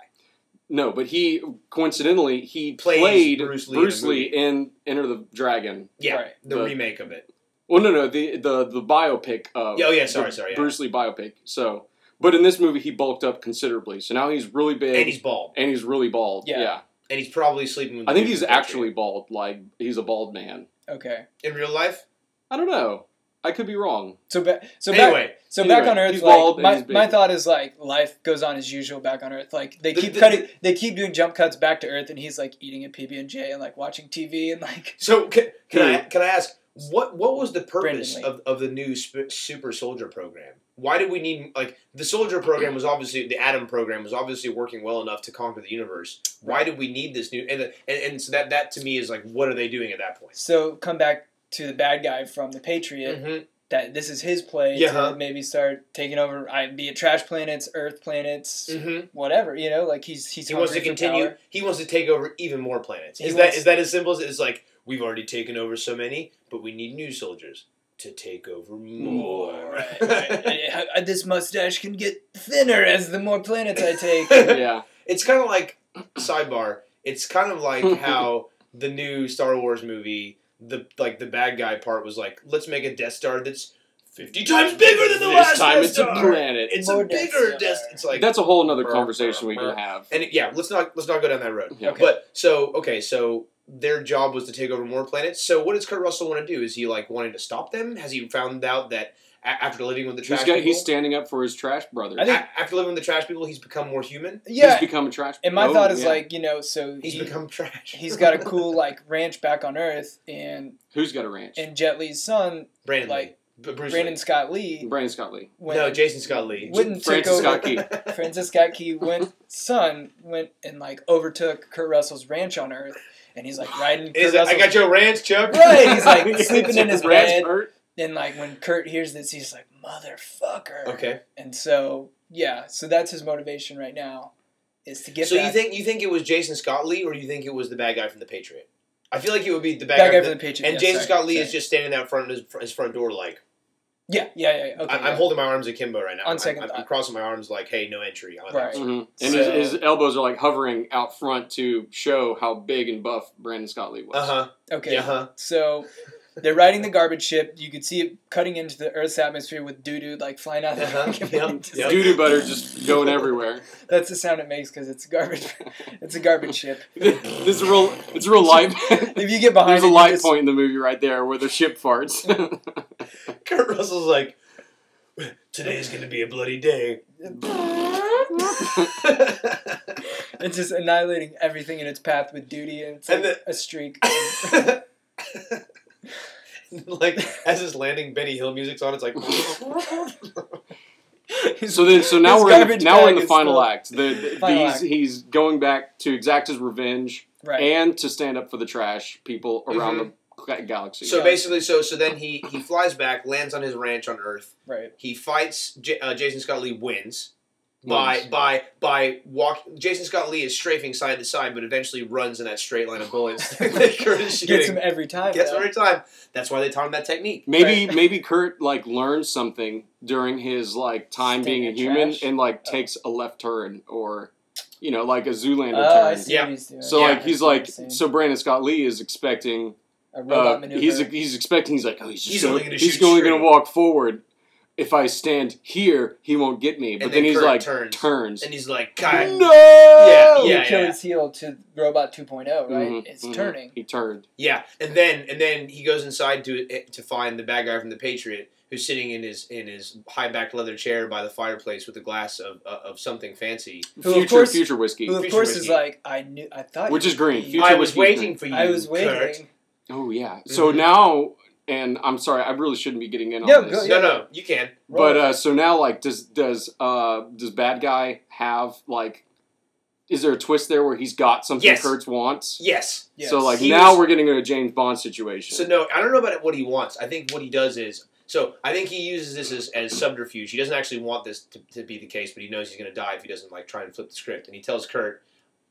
no, but he coincidentally he
Plays
played
Bruce
Bruce
Lee
Lee,
in the
in Enter the Dragon.
Yeah,
Right.
the
The-
remake of it.
Well, no, no, the the the biopic of
Yeah, oh, yeah, sorry,
the
sorry, yeah.
Bruce Lee biopic. So, but in this movie he bulked up considerably. So now he's really big
And he's bald,
and he's really bald.
Yeah.
Yeah,
and he's probably sleeping with.
I
the
think
dude
he's
from Patriot.
actually bald. Like he's a bald man.
Okay.
in real life.
I don't know. I could be wrong.
So back. So back.
anyway,
So
Anyway,
back on Earth,
he's
like
bald and
my,
he's big.
my thought is like life goes on as usual back on Earth. Like they
The-
keep
the-
cutting, they keep doing jump cuts back to Earth, and he's like eating a PB and J and like watching TV and like
so can, can I can I ask what what was the purpose
Brandon Lee.
of, of the new sp- super soldier program? Why did we need like the soldier program was obviously the atom program was obviously working well enough to conquer the universe. Why did we need this new and and, and so that that to me is like what are they doing at that point?
so come back to the bad guy from the Patriot.
Mhm.
That this is his play
Yeah,
to
huh.
maybe start taking over. I be it trash planets, Earth planets,
Mhm.
whatever you know. Like he's he's
He wants to
hungry for
continue.
power.
He wants to take over even more planets.
He
Is
wants-
that is that as simple as it's like we've already taken over so many, but we need new soldiers to take over more.
Right, right. I- I- this mustache can get thinner as the more planets I take.
Yeah,
It's kind of like sidebar. It's kind of like how the new Star Wars movie, the like the bad guy part was like, let's make a Death Star that's fifty times bigger than the last
this time
Death
it's
Star.
a planet.
It's a
More Death
bigger
Star.
Death. It's like
That's a whole nother
Brr,
conversation we
brr,
can have.
and it- yeah, let's not let's not go down that road.
Yeah.
Okay.
But so okay, so their job was to take over more planets. So what does Kurt Russell want to do? Is he like wanting to stop them? Has he found out that a- after living with the trash
He's, got,
people,
he's standing up for his trash brother.
I think-
a- after living with the trash people, he's become more human.
yeah,
he's become a trash.
and my
oh,
thought is
yeah.
like you know so
He's
he-
become trash.
he's got a cool like ranch back on Earth, and
who's got a ranch?
and Jet Li's son,
Brandon, Lee.
like
B- Bruce
Brandon
Lee.
Scott Lee,
Brandon Scott Lee.
went
no, Jason Scott Lee.
wouldn't take
Francis
over.
Scott Key.
Francis Scott Key went son went and like overtook Kurt Russell's ranch on Earth, and he's like riding. Kurt
Is it, I
Russell's-
got your ranch, Chuck.
Right, he's like sleeping in his
Ranch
bed.
hurt.
And like when Kurt hears this, he's like motherfucker.
Okay.
And so yeah, so that's his motivation right now, is to get
so
back,
you think you think it was Jason Scott Lee, or you think it was the bad guy from the Patriot? I feel like it would be the bad,
back,
guy.
over
from
the Patriot.
the, and
yeah,
Jason
sorry,
Scott Lee
sorry.
is just standing out front of his, his front door, like
yeah yeah yeah. yeah. Okay,
I, I'm
yeah.
holding my arms akimbo right now.
On
I'm-
second
I'm, I'm
thought.
crossing my arms like, hey, no entry. I'm
Right.
out.
Mhm. And
So-
his, his elbows are like hovering out front to show how big and buff Brandon Scott Lee was.
Uh-huh.
Uh huh.
Okay.
Yeah. Huh.
So they're riding the garbage ship. You could see it cutting into the Earth's atmosphere with doo doo like flying out. of the
Uh-huh.
rocket.
Yep.
Just-
Yep.
Doo doo butter just going everywhere.
That's the sound it makes because it's a garbage. It's a garbage ship.
this is real. It's real light.
If you get behind,
There's a
it, you
light
just-
point in the movie right there where the ship farts.
Kurt Russell's like, today's gonna be a bloody day.
It's just annihilating everything in its path with duty, and it's like
And
a streak.
like as his landing, Benny Hill music's on. It's like
so then, so now
His
we're in the,
garbage
now we're in
bag
the
is
final
still-
act. The, the-
Final
he's,
act.
he's going back to exact his revenge
right.
and to stand up for the trash people around the
Mm-hmm.
Ga- Galaxy.
So
Yeah.
basically, so so then he he flies back, lands on his ranch on Earth.
Right.
He fights J- uh, Jason Scott Lee, wins by
Wins.
by by walk. Jason Scott Lee is strafing side to side, but eventually runs in that straight line of bullets. that Kurt is
Gets
shooting.
him every time.
Gets
though.
every time. That's why they taught him that technique.
Maybe
Right.
maybe Kurt like learned something during his like time
Stand
being a
in
human
trash?
and like
Oh.
takes a left turn or you know like a Zoolander
Oh, I
turn.
see
Yeah.
what he's doing.
So
Yeah.
like
I
he's
see what
like
you're saying.
so Brandon Scott Lee is expecting
a
uh,
robot maneuver.
he's he's expecting he's like oh he's just
He's
gonna,
only gonna
he's
shoot
only
straight.
gonna walk forward. If I stand here, he won't get me. But
And
then,
then
he's
Kurt
like
turns.
turns.
And he's like, God,
no.
Yeah,
Oh,
yeah,
Achilles heel to Robot 2.0, right?
Mhm,
It's
mhm.
turning.
He turned.
Yeah, and then and then he goes inside to eh, to find the bad guy from the Patriot who's sitting in his in his high back leather chair by the fireplace with a glass of uh, of something fancy.
Who, of
future
course-
future whiskey.
Who, of
Future
course,
whiskey.
is like, I knew, I thought.
Which
you
is
would
green.
be-
Future
I was
whiskey
waiting for you.
I was waiting.
Kurt.
Oh yeah. So
Mhm.
now, and I'm sorry, I really shouldn't be getting in on
No,
this.
Mm-hmm. go-
No, no, you can.
But uh, so now, like, does does uh, does bad guy have like? Is there a twist there where he's got something
Yes.
Kurtz wants?
Yes.
Yes.
So like
He
now
was-
we're getting into a James Bond situation.
So no, I don't know about what he wants. I think what he does is so I think he uses this as, as subterfuge. He doesn't actually want this to, to be the case, but he knows he's going to die if he doesn't like try and flip the script. And he tells Kurt,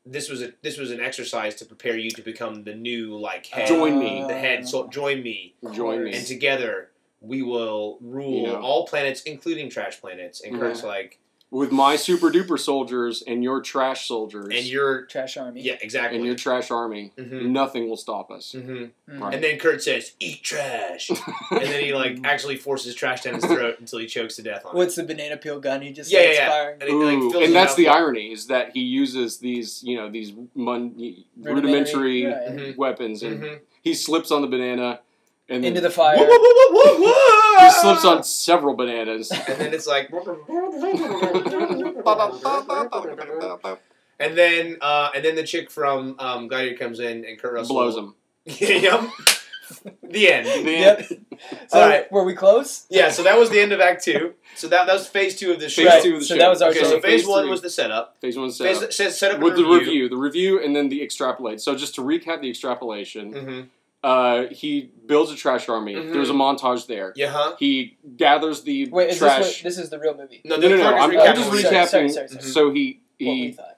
"This was a this was an exercise to prepare you to become the new like head,
Join me.
the
Uh,
head. So join me."
Join me.
and together we will rule
You know.
all planets, including trash planets. And Kurt's like,
With my super duper soldiers and your trash soldiers
and your
Trash Army.
yeah, exactly.
and your trash army,
hmm
nothing will stop us.
hmm
Mhm.
Right.
And then Kurt says, "Eat trash," and then he like actually forces trash down his throat until he chokes to death on
What's the banana peel gun he just
Yeah,
starts
yeah, yeah.
firing?
it. And, he, like,
Ooh,
fills
and
it
that's
up.
the irony is that he uses these, you know, these mun- rudimentary,
Rudimentary, right.
Mhm,
weapons, and
mhm.
he slips on the banana, and then
Into the Ah! fire.
Whoa, whoa, whoa, whoa, whoa, whoa!
he slips on several bananas.
and then it's like, and then uh, and then the chick from um, Gladiator comes in, and Kurt Russell
blows him.
yep. The end.
Yep. So
All right.
were we close?
Yeah, so that was the end of Act Two. So that, that was Phase Two of the show.
Phase
Right,
two of the
so
show.
that was our
Okay, so
show.
Phase,
phase
One
three.
was the setup.
Phase one set
Phase
up.
set, set up
with
and
the review, the review, and then the extrapolate. So just to recap the extrapolation,
Mm-hmm.
uh, he builds a trash army.
Mhm.
There's a montage there.
Yeah, huh?
He gathers the
Mm-hmm. Wait, is
trash.
this what, this is the real movie?
No,
no,
the
no, no.
Clark
I'm,
is
I'm just
recapping.
Sorry,
recapping.
sorry, sorry, sorry.
So he
What we
he
thought.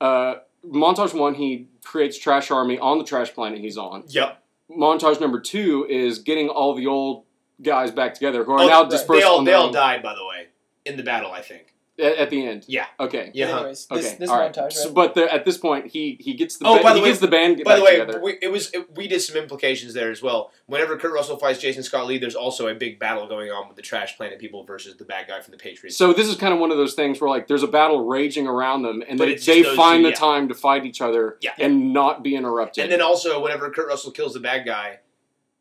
uh, montage one, he creates trash army on the trash planet he's on.
Yep.
Montage number two is getting all the old guys back together who are
Oh,
now
right.
dispersed
They all
on
they
their
all
own-
died by the way in the battle. I think.
at, at the end.
Yeah.
Okay.
Yeah. huh?
Anyways,
Okay.
this, this
all right.
montage, right?
So- but the, at this point, he he gets the
Oh,
ba-
by the
he
way-
gets the band.
By the
back
way,
together.
we, it was it, we did some implications there as well. Whenever Kurt Russell fights Jason Scott Lee, there's also a big battle going on with the Trash Planet people versus the bad guy from the Patriots.
So this is kind of one of those things where like there's a battle raging around them, and
But
they,
it's just
they
those
find
two, yeah.
the time to fight each other
Yeah.
and not be interrupted.
And then also, whenever Kurt Russell kills the bad guy,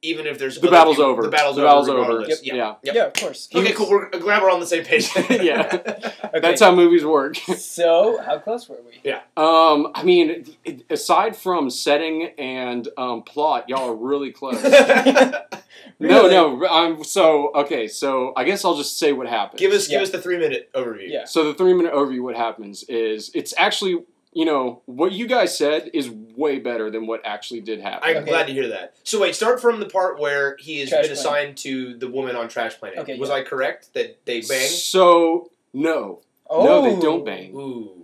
even if there's
the
other
battle's
people-
over.
the battle's over, regardless.
Yeah.
Yeah. Yep.
Yeah, of course.
Okay, cool. We're I'm glad we're on the same page.
Yeah.
Okay.
that's how movies work.
so how close were we?
Um, I mean, it- aside from setting and um, plot, y'all are really close. No,
Really?
no. I'm so okay. So I guess I'll just say what happened.
give us
Yeah.
give us the three minute overview.
Yeah.
So the three minute overview, what happens is it's actually you know what you guys said is way better than what actually did happen.
I'm
Okay.
glad to hear that. So wait, start from the part where he has
Trash
been
Planet.
assigned to the woman on Trash Planet.
Okay,
Was
yeah.
I correct that they bang?
So no,
Oh, Hmm,
no, they don't bang.
Ooh.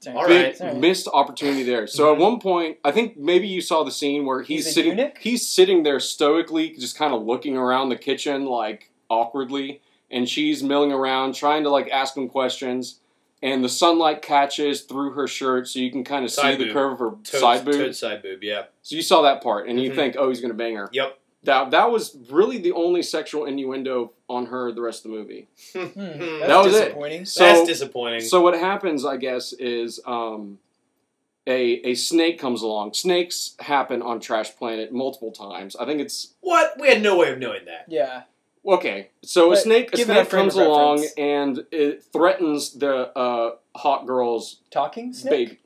Sorry.
All
Big
right.
Sorry.
missed opportunity there. So at
Mhm.
one point, I think maybe you saw the scene where he's,
He's a
sitting.
eunuch?
He's sitting there stoically, just kind of looking around the kitchen like awkwardly, and she's milling around trying to like ask him questions. And the sunlight catches through her shirt, so you can kind of see
Side
the
boob.
curve of her
Toad,
side boob.
Toad side boob. Yeah.
So you saw that part, and you
Mhm.
think, "Oh, he's gonna bang her."
Yep.
That that was really the only sexual innuendo on her the rest of the movie.
Hmm,
Hmm.
that's
That was it.
disappointing.
So
That's disappointing.
So what happens, I guess, is um, a a snake comes along. Snakes happen on Trash Planet multiple times. I think it's
what? We had no way of knowing that.
Yeah.
okay. So a
But
snake a
give it a
snake
frame of
comes along
reference.
and it threatens the uh, hot girl's
Talking snake.
baby.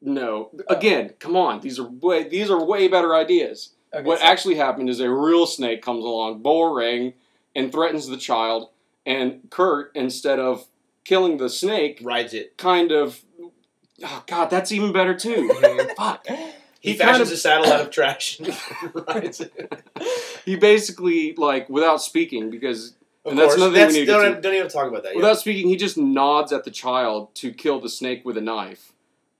No, again, come on. These are way these are way better ideas.
Okay,
what
so-
actually happened is a real snake comes along, boring, and threatens the child. And Kurt, instead of killing the snake,
Rides it.
kind of oh god that's even better too
Mhm.
fuck
he
kind
fashions
of-
a saddle out of trash. and rides it.
he basically like without speaking because
Of
And that's
course.
another thing we
that's,
need to
don't,
get
don't even talk about that. yeah.
without speaking he just nods at the child to kill the snake with a knife,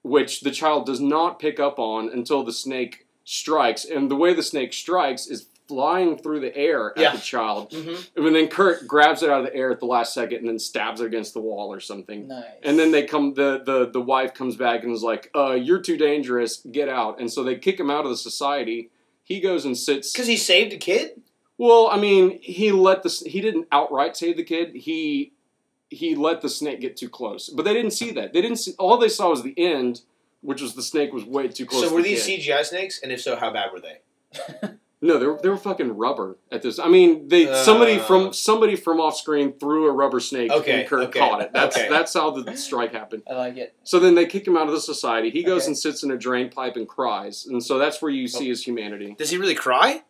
which the child does not pick up on until the snake strikes. And the way the snake strikes is flying through the air at
Yeah.
the child.
Mhm.
And then Kurt grabs it out of the air at the last second and then stabs it against the wall or something.
Nice.
And then they come. the the The wife comes back and is like, uh, "You're too dangerous. Get out." And so they kick him out of the society. He goes and sits.
Because he saved a kid.
Well, I mean, he let the s- he didn't outright save the kid. He he let the snake get too close, but they didn't see that. They didn't see. All they saw was the end, which was the snake was way too close.
So
to
were
the
these
kid.
CGI snakes? And if so, how bad were they?
No, they were, they were fucking rubber at this. I mean, they somebody
Uh.
from somebody from off screen threw a rubber snake
Okay,
and Kurt
okay,
caught it. That's
okay.
that's how the strike happened.
I like it.
So then they kick him out of the society. He goes
Okay.
and sits in a drain pipe and cries, and so that's where you
Oh.
see his humanity.
Does he really cry?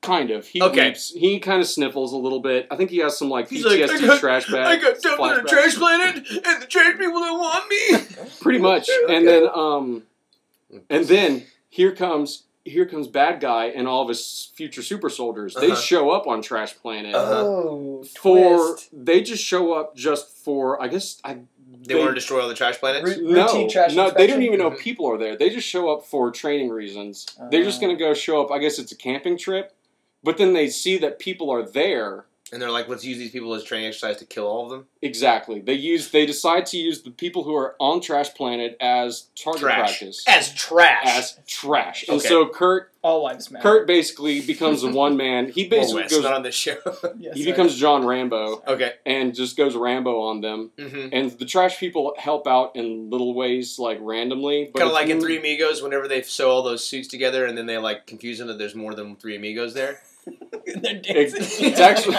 Kind of. He
Okay.
weeps. He kind of sniffles a little bit. I think he has some like
He's like,
PTSD
"I got-
trash bag. flashback.
planet, and the trash people don't want me.
Pretty much.
Okay.
And then um, and then here comes here comes bad guy and all of his future super soldiers. They
Uh-huh.
show up on Trash Planet
Uh-huh.
Oh,
for
twist.
they just show up just for I guess I
they want to destroy all the trash planets.
Root-
no,
routine trash
no, they don't
inspection?
even know
Mhm.
people are there. They just show up for training reasons. They're just
Ah.
going to go show up. I guess it's a camping trip, but then they see that people are there.
And they're like, let's use these people as training exercise to kill all of them.
Exactly. They use. They decide to use the people who are on Trash Planet as target
Trash.
practice
As trash.
as trash. And
Okay.
so Kurt,
Uh, All lives matter.
Kurt basically becomes a one man. He
More
basically
Wes,
goes.
not on this show.
Yes,
he
sorry.
becomes John Rambo
okay.
and just goes Rambo on them.
Mm-hmm.
And the trash people help out in little ways, like randomly. but
Kind of
it's
like in
m-
Three Amigos, whenever they sew all those suits together, and then they like confuse them that there's more than three amigos there.
They're dancing.
It's it's actually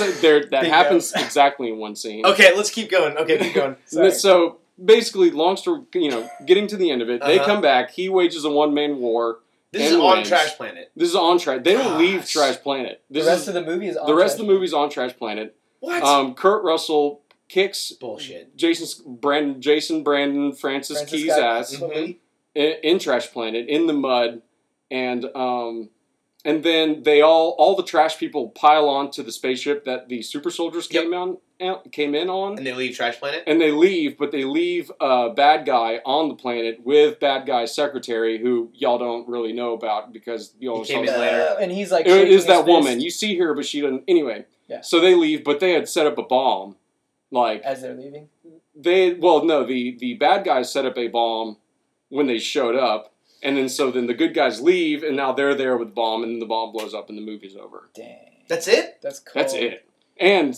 a, there that
Bingo.
happens exactly in one scene.
Okay, let's keep going. Okay, keep going.
Sorry.
So basically, long story, you know, getting to the end of it, they
Uh-huh.
come back. He wages a one man war.
This is
And
on
wings.
Trash Planet.
This is on trash. They don't leave
Gosh.
Trash Planet. This
the rest
is
of the movie is on
the rest
trash.
of the movie's on Trash Planet.
What?
Um, Kurt Russell kicks
Bullshit.
Jason Brandon Jason Brandon Francis,
Francis
Key's
Scott-
ass Mm-hmm.
Mhm.
in, in Trash Planet in the mud, and um, and then they all all the trash people pile on to the spaceship that the super soldiers
Yep.
came on out- came in on.
And they leave Trash Planet.
and they leave, but they leave uh, bad guy on the planet with bad guy's secretary, who y'all don't really know about because you all
He came
saw
in later.
and he's like,
it
shaking
is
his
that
fist
woman you see her, but she doesn't. Anyway,
Yeah.
so they leave, but they had set up a bomb. Like
as they're leaving.
they, well, no, the the bad guys set up a bomb when they showed up, and then so then the good guys leave, and now they're there with the bomb, and then the bomb blows up, and the movie's over.
Dang,
That's it.
that's cool.
That's it. And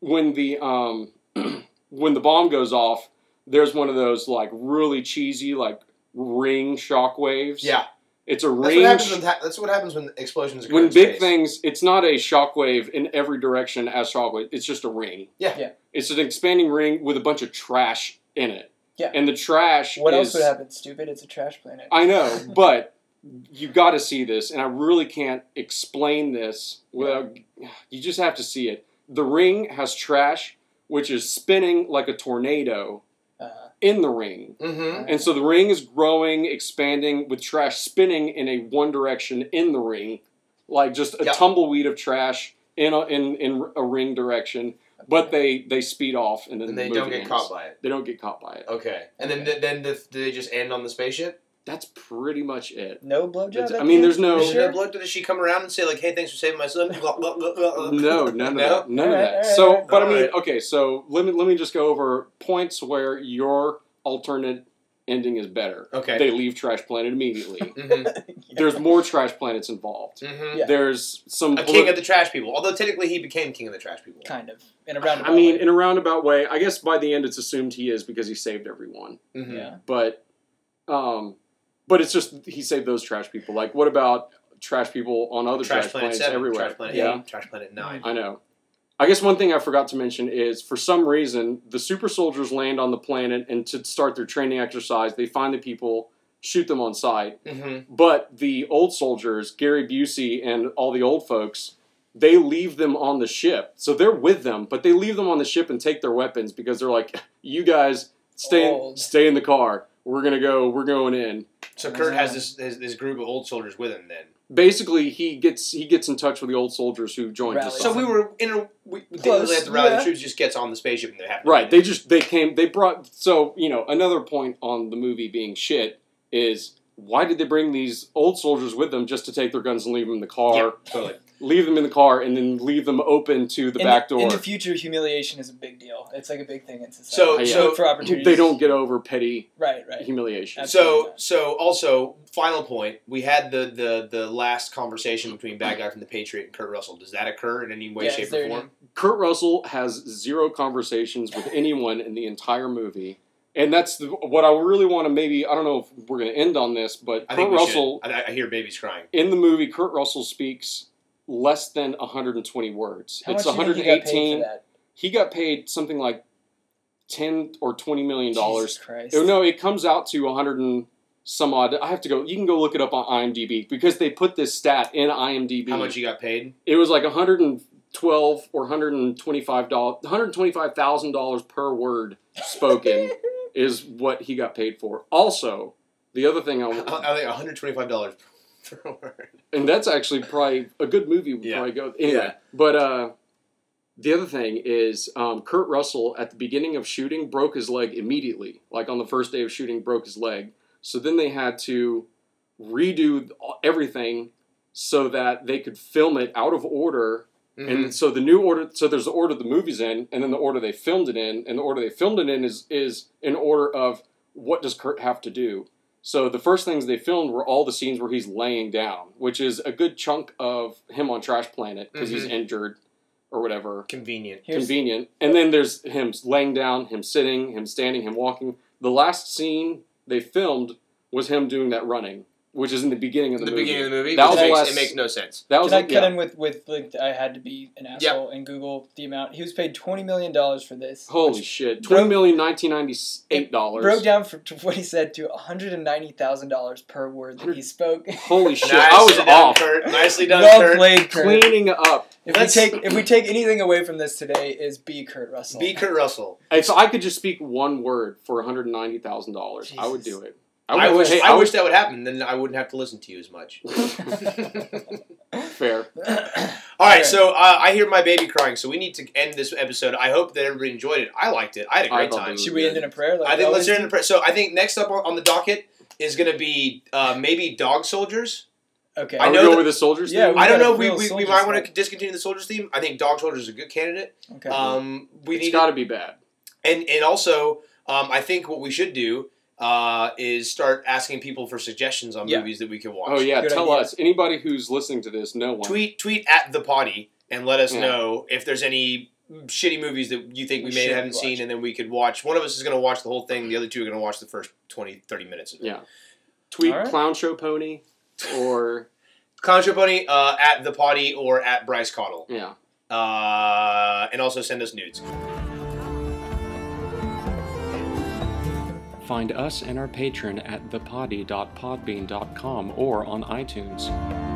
when the um, when the bomb goes off, there's one of those like really cheesy like ring shockwaves.
Yeah.
it's a
That's
ring.
what happens.
sh-
When, that's what happens when explosions. occur
when
in
big
space.
things, it's not a shockwave in every direction as shockwave. It's just a ring.
Yeah.
Yeah.
It's an expanding ring with a bunch of trash in it.
Yeah.
And the trash.
What else
is-
would happen? Stupid. It's a trash planet.
I know, but you got to see this, and I really can't explain this without. You just have to see it. The ring has trash, which is spinning like a tornado
Uh,
in the ring,
Mm-hmm.
and so the ring is growing, expanding with trash spinning in a one direction in the ring, like just a
Yeah.
tumbleweed of trash in a, in in a ring direction. But they they speed off, and then
And
the
they don't
movie
get
ends.
caught by it.
They don't get caught by it.
Okay. And then
Okay.
then the, do they just end on the spaceship?
That's pretty much it.
no blowjob.
That's-
at
I
the
mean,
end?
there's no-
You
Does
Sure?
she blood? Does she come around and say like, "Hey, thanks for saving my son"?
no, none of that.
Alright,
None of that.
alright,
So,
alright.
but I mean,
Alright.
okay. So let me let me just go over points where your alternate ending is better.
Okay.
They leave Trash Planet immediately.
Mm-hmm.
There's more Trash Planets involved.
Mm-hmm.
Yeah.
There's some.
A
polit-
king of the trash people. Although technically he became king of the trash people.
kind of in a roundabout.
I mean,
way.
in a roundabout way, I guess by the end it's assumed he is because he saved everyone.
Mm-hmm.
yeah.
But, um, but it's just he saved those trash people. Like, what about trash people on other trash,
Trash, Planet
planets
7,
everywhere?
Trash Planet
yeah.
8, Trash Planet 9.
I know. I guess one thing I forgot to mention is for some reason, the super soldiers land on the planet and to start their training exercise, they find the people, shoot them on sight.
Mm-hmm.
But the old soldiers, Gary Busey and all the old folks, they leave them on the ship. So they're with them, but they leave them on the ship and take their weapons because they're like, you guys stay,
Old.
stay in the car. We're going to go, we're going in.
So
Amazon.
Kurt has this, this this group of old soldiers with him then.
Basically, he gets he gets in touch with the old soldiers who joined.
Rally.
his
So
side.
we were in a we we didn't
Close,
really have to rally the
yeah.
troops. Just gets on the spaceship and they happen.
Right. They just they came they brought so, you know, another point on the movie being shit is why did they bring these old soldiers with them just to take their guns and leave them in the car?
Yeah, totally.
Leave them in the car and then leave them open to the
in
back door.
In the future, humiliation is a big deal. It's like a big thing in society.
So-
You
so-
look for opportunities.
they don't get over petty
Right, right.
humiliation.
So
Absolutely.
so also final point. We had the the the last conversation between bad guy from the Patriot and Kurt Russell. Does that occur in any way,
Yeah,
shape,
is there
or form?
Kurt Russell has zero conversations with anyone in the entire movie. And that's the, what I really want to maybe I don't know if we're going to end on this, but
I
Kurt
think we
Russell
should. I, I hear babies crying.
in the movie Kurt Russell speaks less than 120 words.
How
it's
much do you think he
118
got paid for that?
he got paid something like 10 or 20 million
Jesus
dollars
Christ.
Oh, no it comes out to 100 and some odd i have to go you can go look it up on imdb because they put this stat in imdb
How much he got paid?
it was like 112 or 125 dollars 125 thousand dollars per word spoken is what he got paid for also the other thing i want
I think one hundred twenty five dollars per word.
and that's actually probably a good movie. Would
Yeah.
probably go anyway.
Yeah.
But uh, the other thing is, um, Kurt Russell at the beginning of shooting broke his leg immediately. Like on the first day of shooting, broke his leg. So then they had to redo everything so that they could film it out of order.
Mm-hmm.
Mm-hmm.
And so the new order, so there's the order the movie's in, and then the order they filmed it in, and the order they filmed it in is is in order of what does Kurt have to do. So the first things they filmed were all the scenes where he's laying down, which is a good chunk of him on Trash Planet because he's
Mhm.
injured or whatever.
Convenient.
Mm-hmm. Here's-
Convenient. And then there's him laying down, him sitting, him standing, him walking. The last scene they filmed was him doing that running, which is in the beginning of the, movie.
of the movie.
That
which
was the
makes-
last-
no sense.
that was
Can I cut
yeah.
in with with like I had to be an asshole and Google the amount he was paid twenty million dollars for this.
Holy
which
shit!
broke-
Twenty million, nineteen ninety-eight dollars.
Broke down from to what he said to one hundred and ninety thousand dollars per word that he spoke.
Holy shit!
Nicely
I was
done,
off
Kurt. Nicely done,
well
Kurt.
played, Kurt.
cleaning up.
If we
That's-
take if we take anything away from this today, is be Kurt Russell.
Be Kurt Russell.
If I could just speak one word for one hundred ninety thousand dollars, I would do it.
I,
would-
wish
hey,
I, wish that would happen. Then I wouldn't have to listen to you as much.
Fair.
All right,
Okay.
so uh, I hear my baby crying, so we need to end this episode. I hope that everybody enjoyed it. I liked it. I had a
I
great
thought
time.
it was-
Should we end in a prayer? Like
I
we
think let's
always
hear it
do?
in pre- So I think next up on, on the docket is going to be uh, maybe dog soldiers.
Okay.
I
I
know
know
that-
with the soldiers.
Yeah,
thing?
we
I don't
got a
know. if We,
real
we, we
soldiers
might want to
thing.
discontinue the soldiers theme. I think dog soldiers is a good candidate.
Okay.
Um, we
it's
need
got to be bad.
and and also um, I think what we should do uh, is start asking people for suggestions on
Yeah.
movies that we can watch.
Oh yeah,
Good
tell
idea.
us. Anybody who's listening to this, no one.
tweet tweet at the potty and let us
Yeah.
know if there's any shitty movies that you think we,
We
may
should
haven't
watch.
seen and then we could watch one of us is going to watch the whole thing the other two are going to watch the first 20 30 minutes of it
Yeah. Tweet
All right.
clown show pony, or
clown show bunny uh, at the potty or at bryce cottle
yeah.
uh, and also send us nudes
Find us and our patron at thepotty.podbean.com or on iTunes.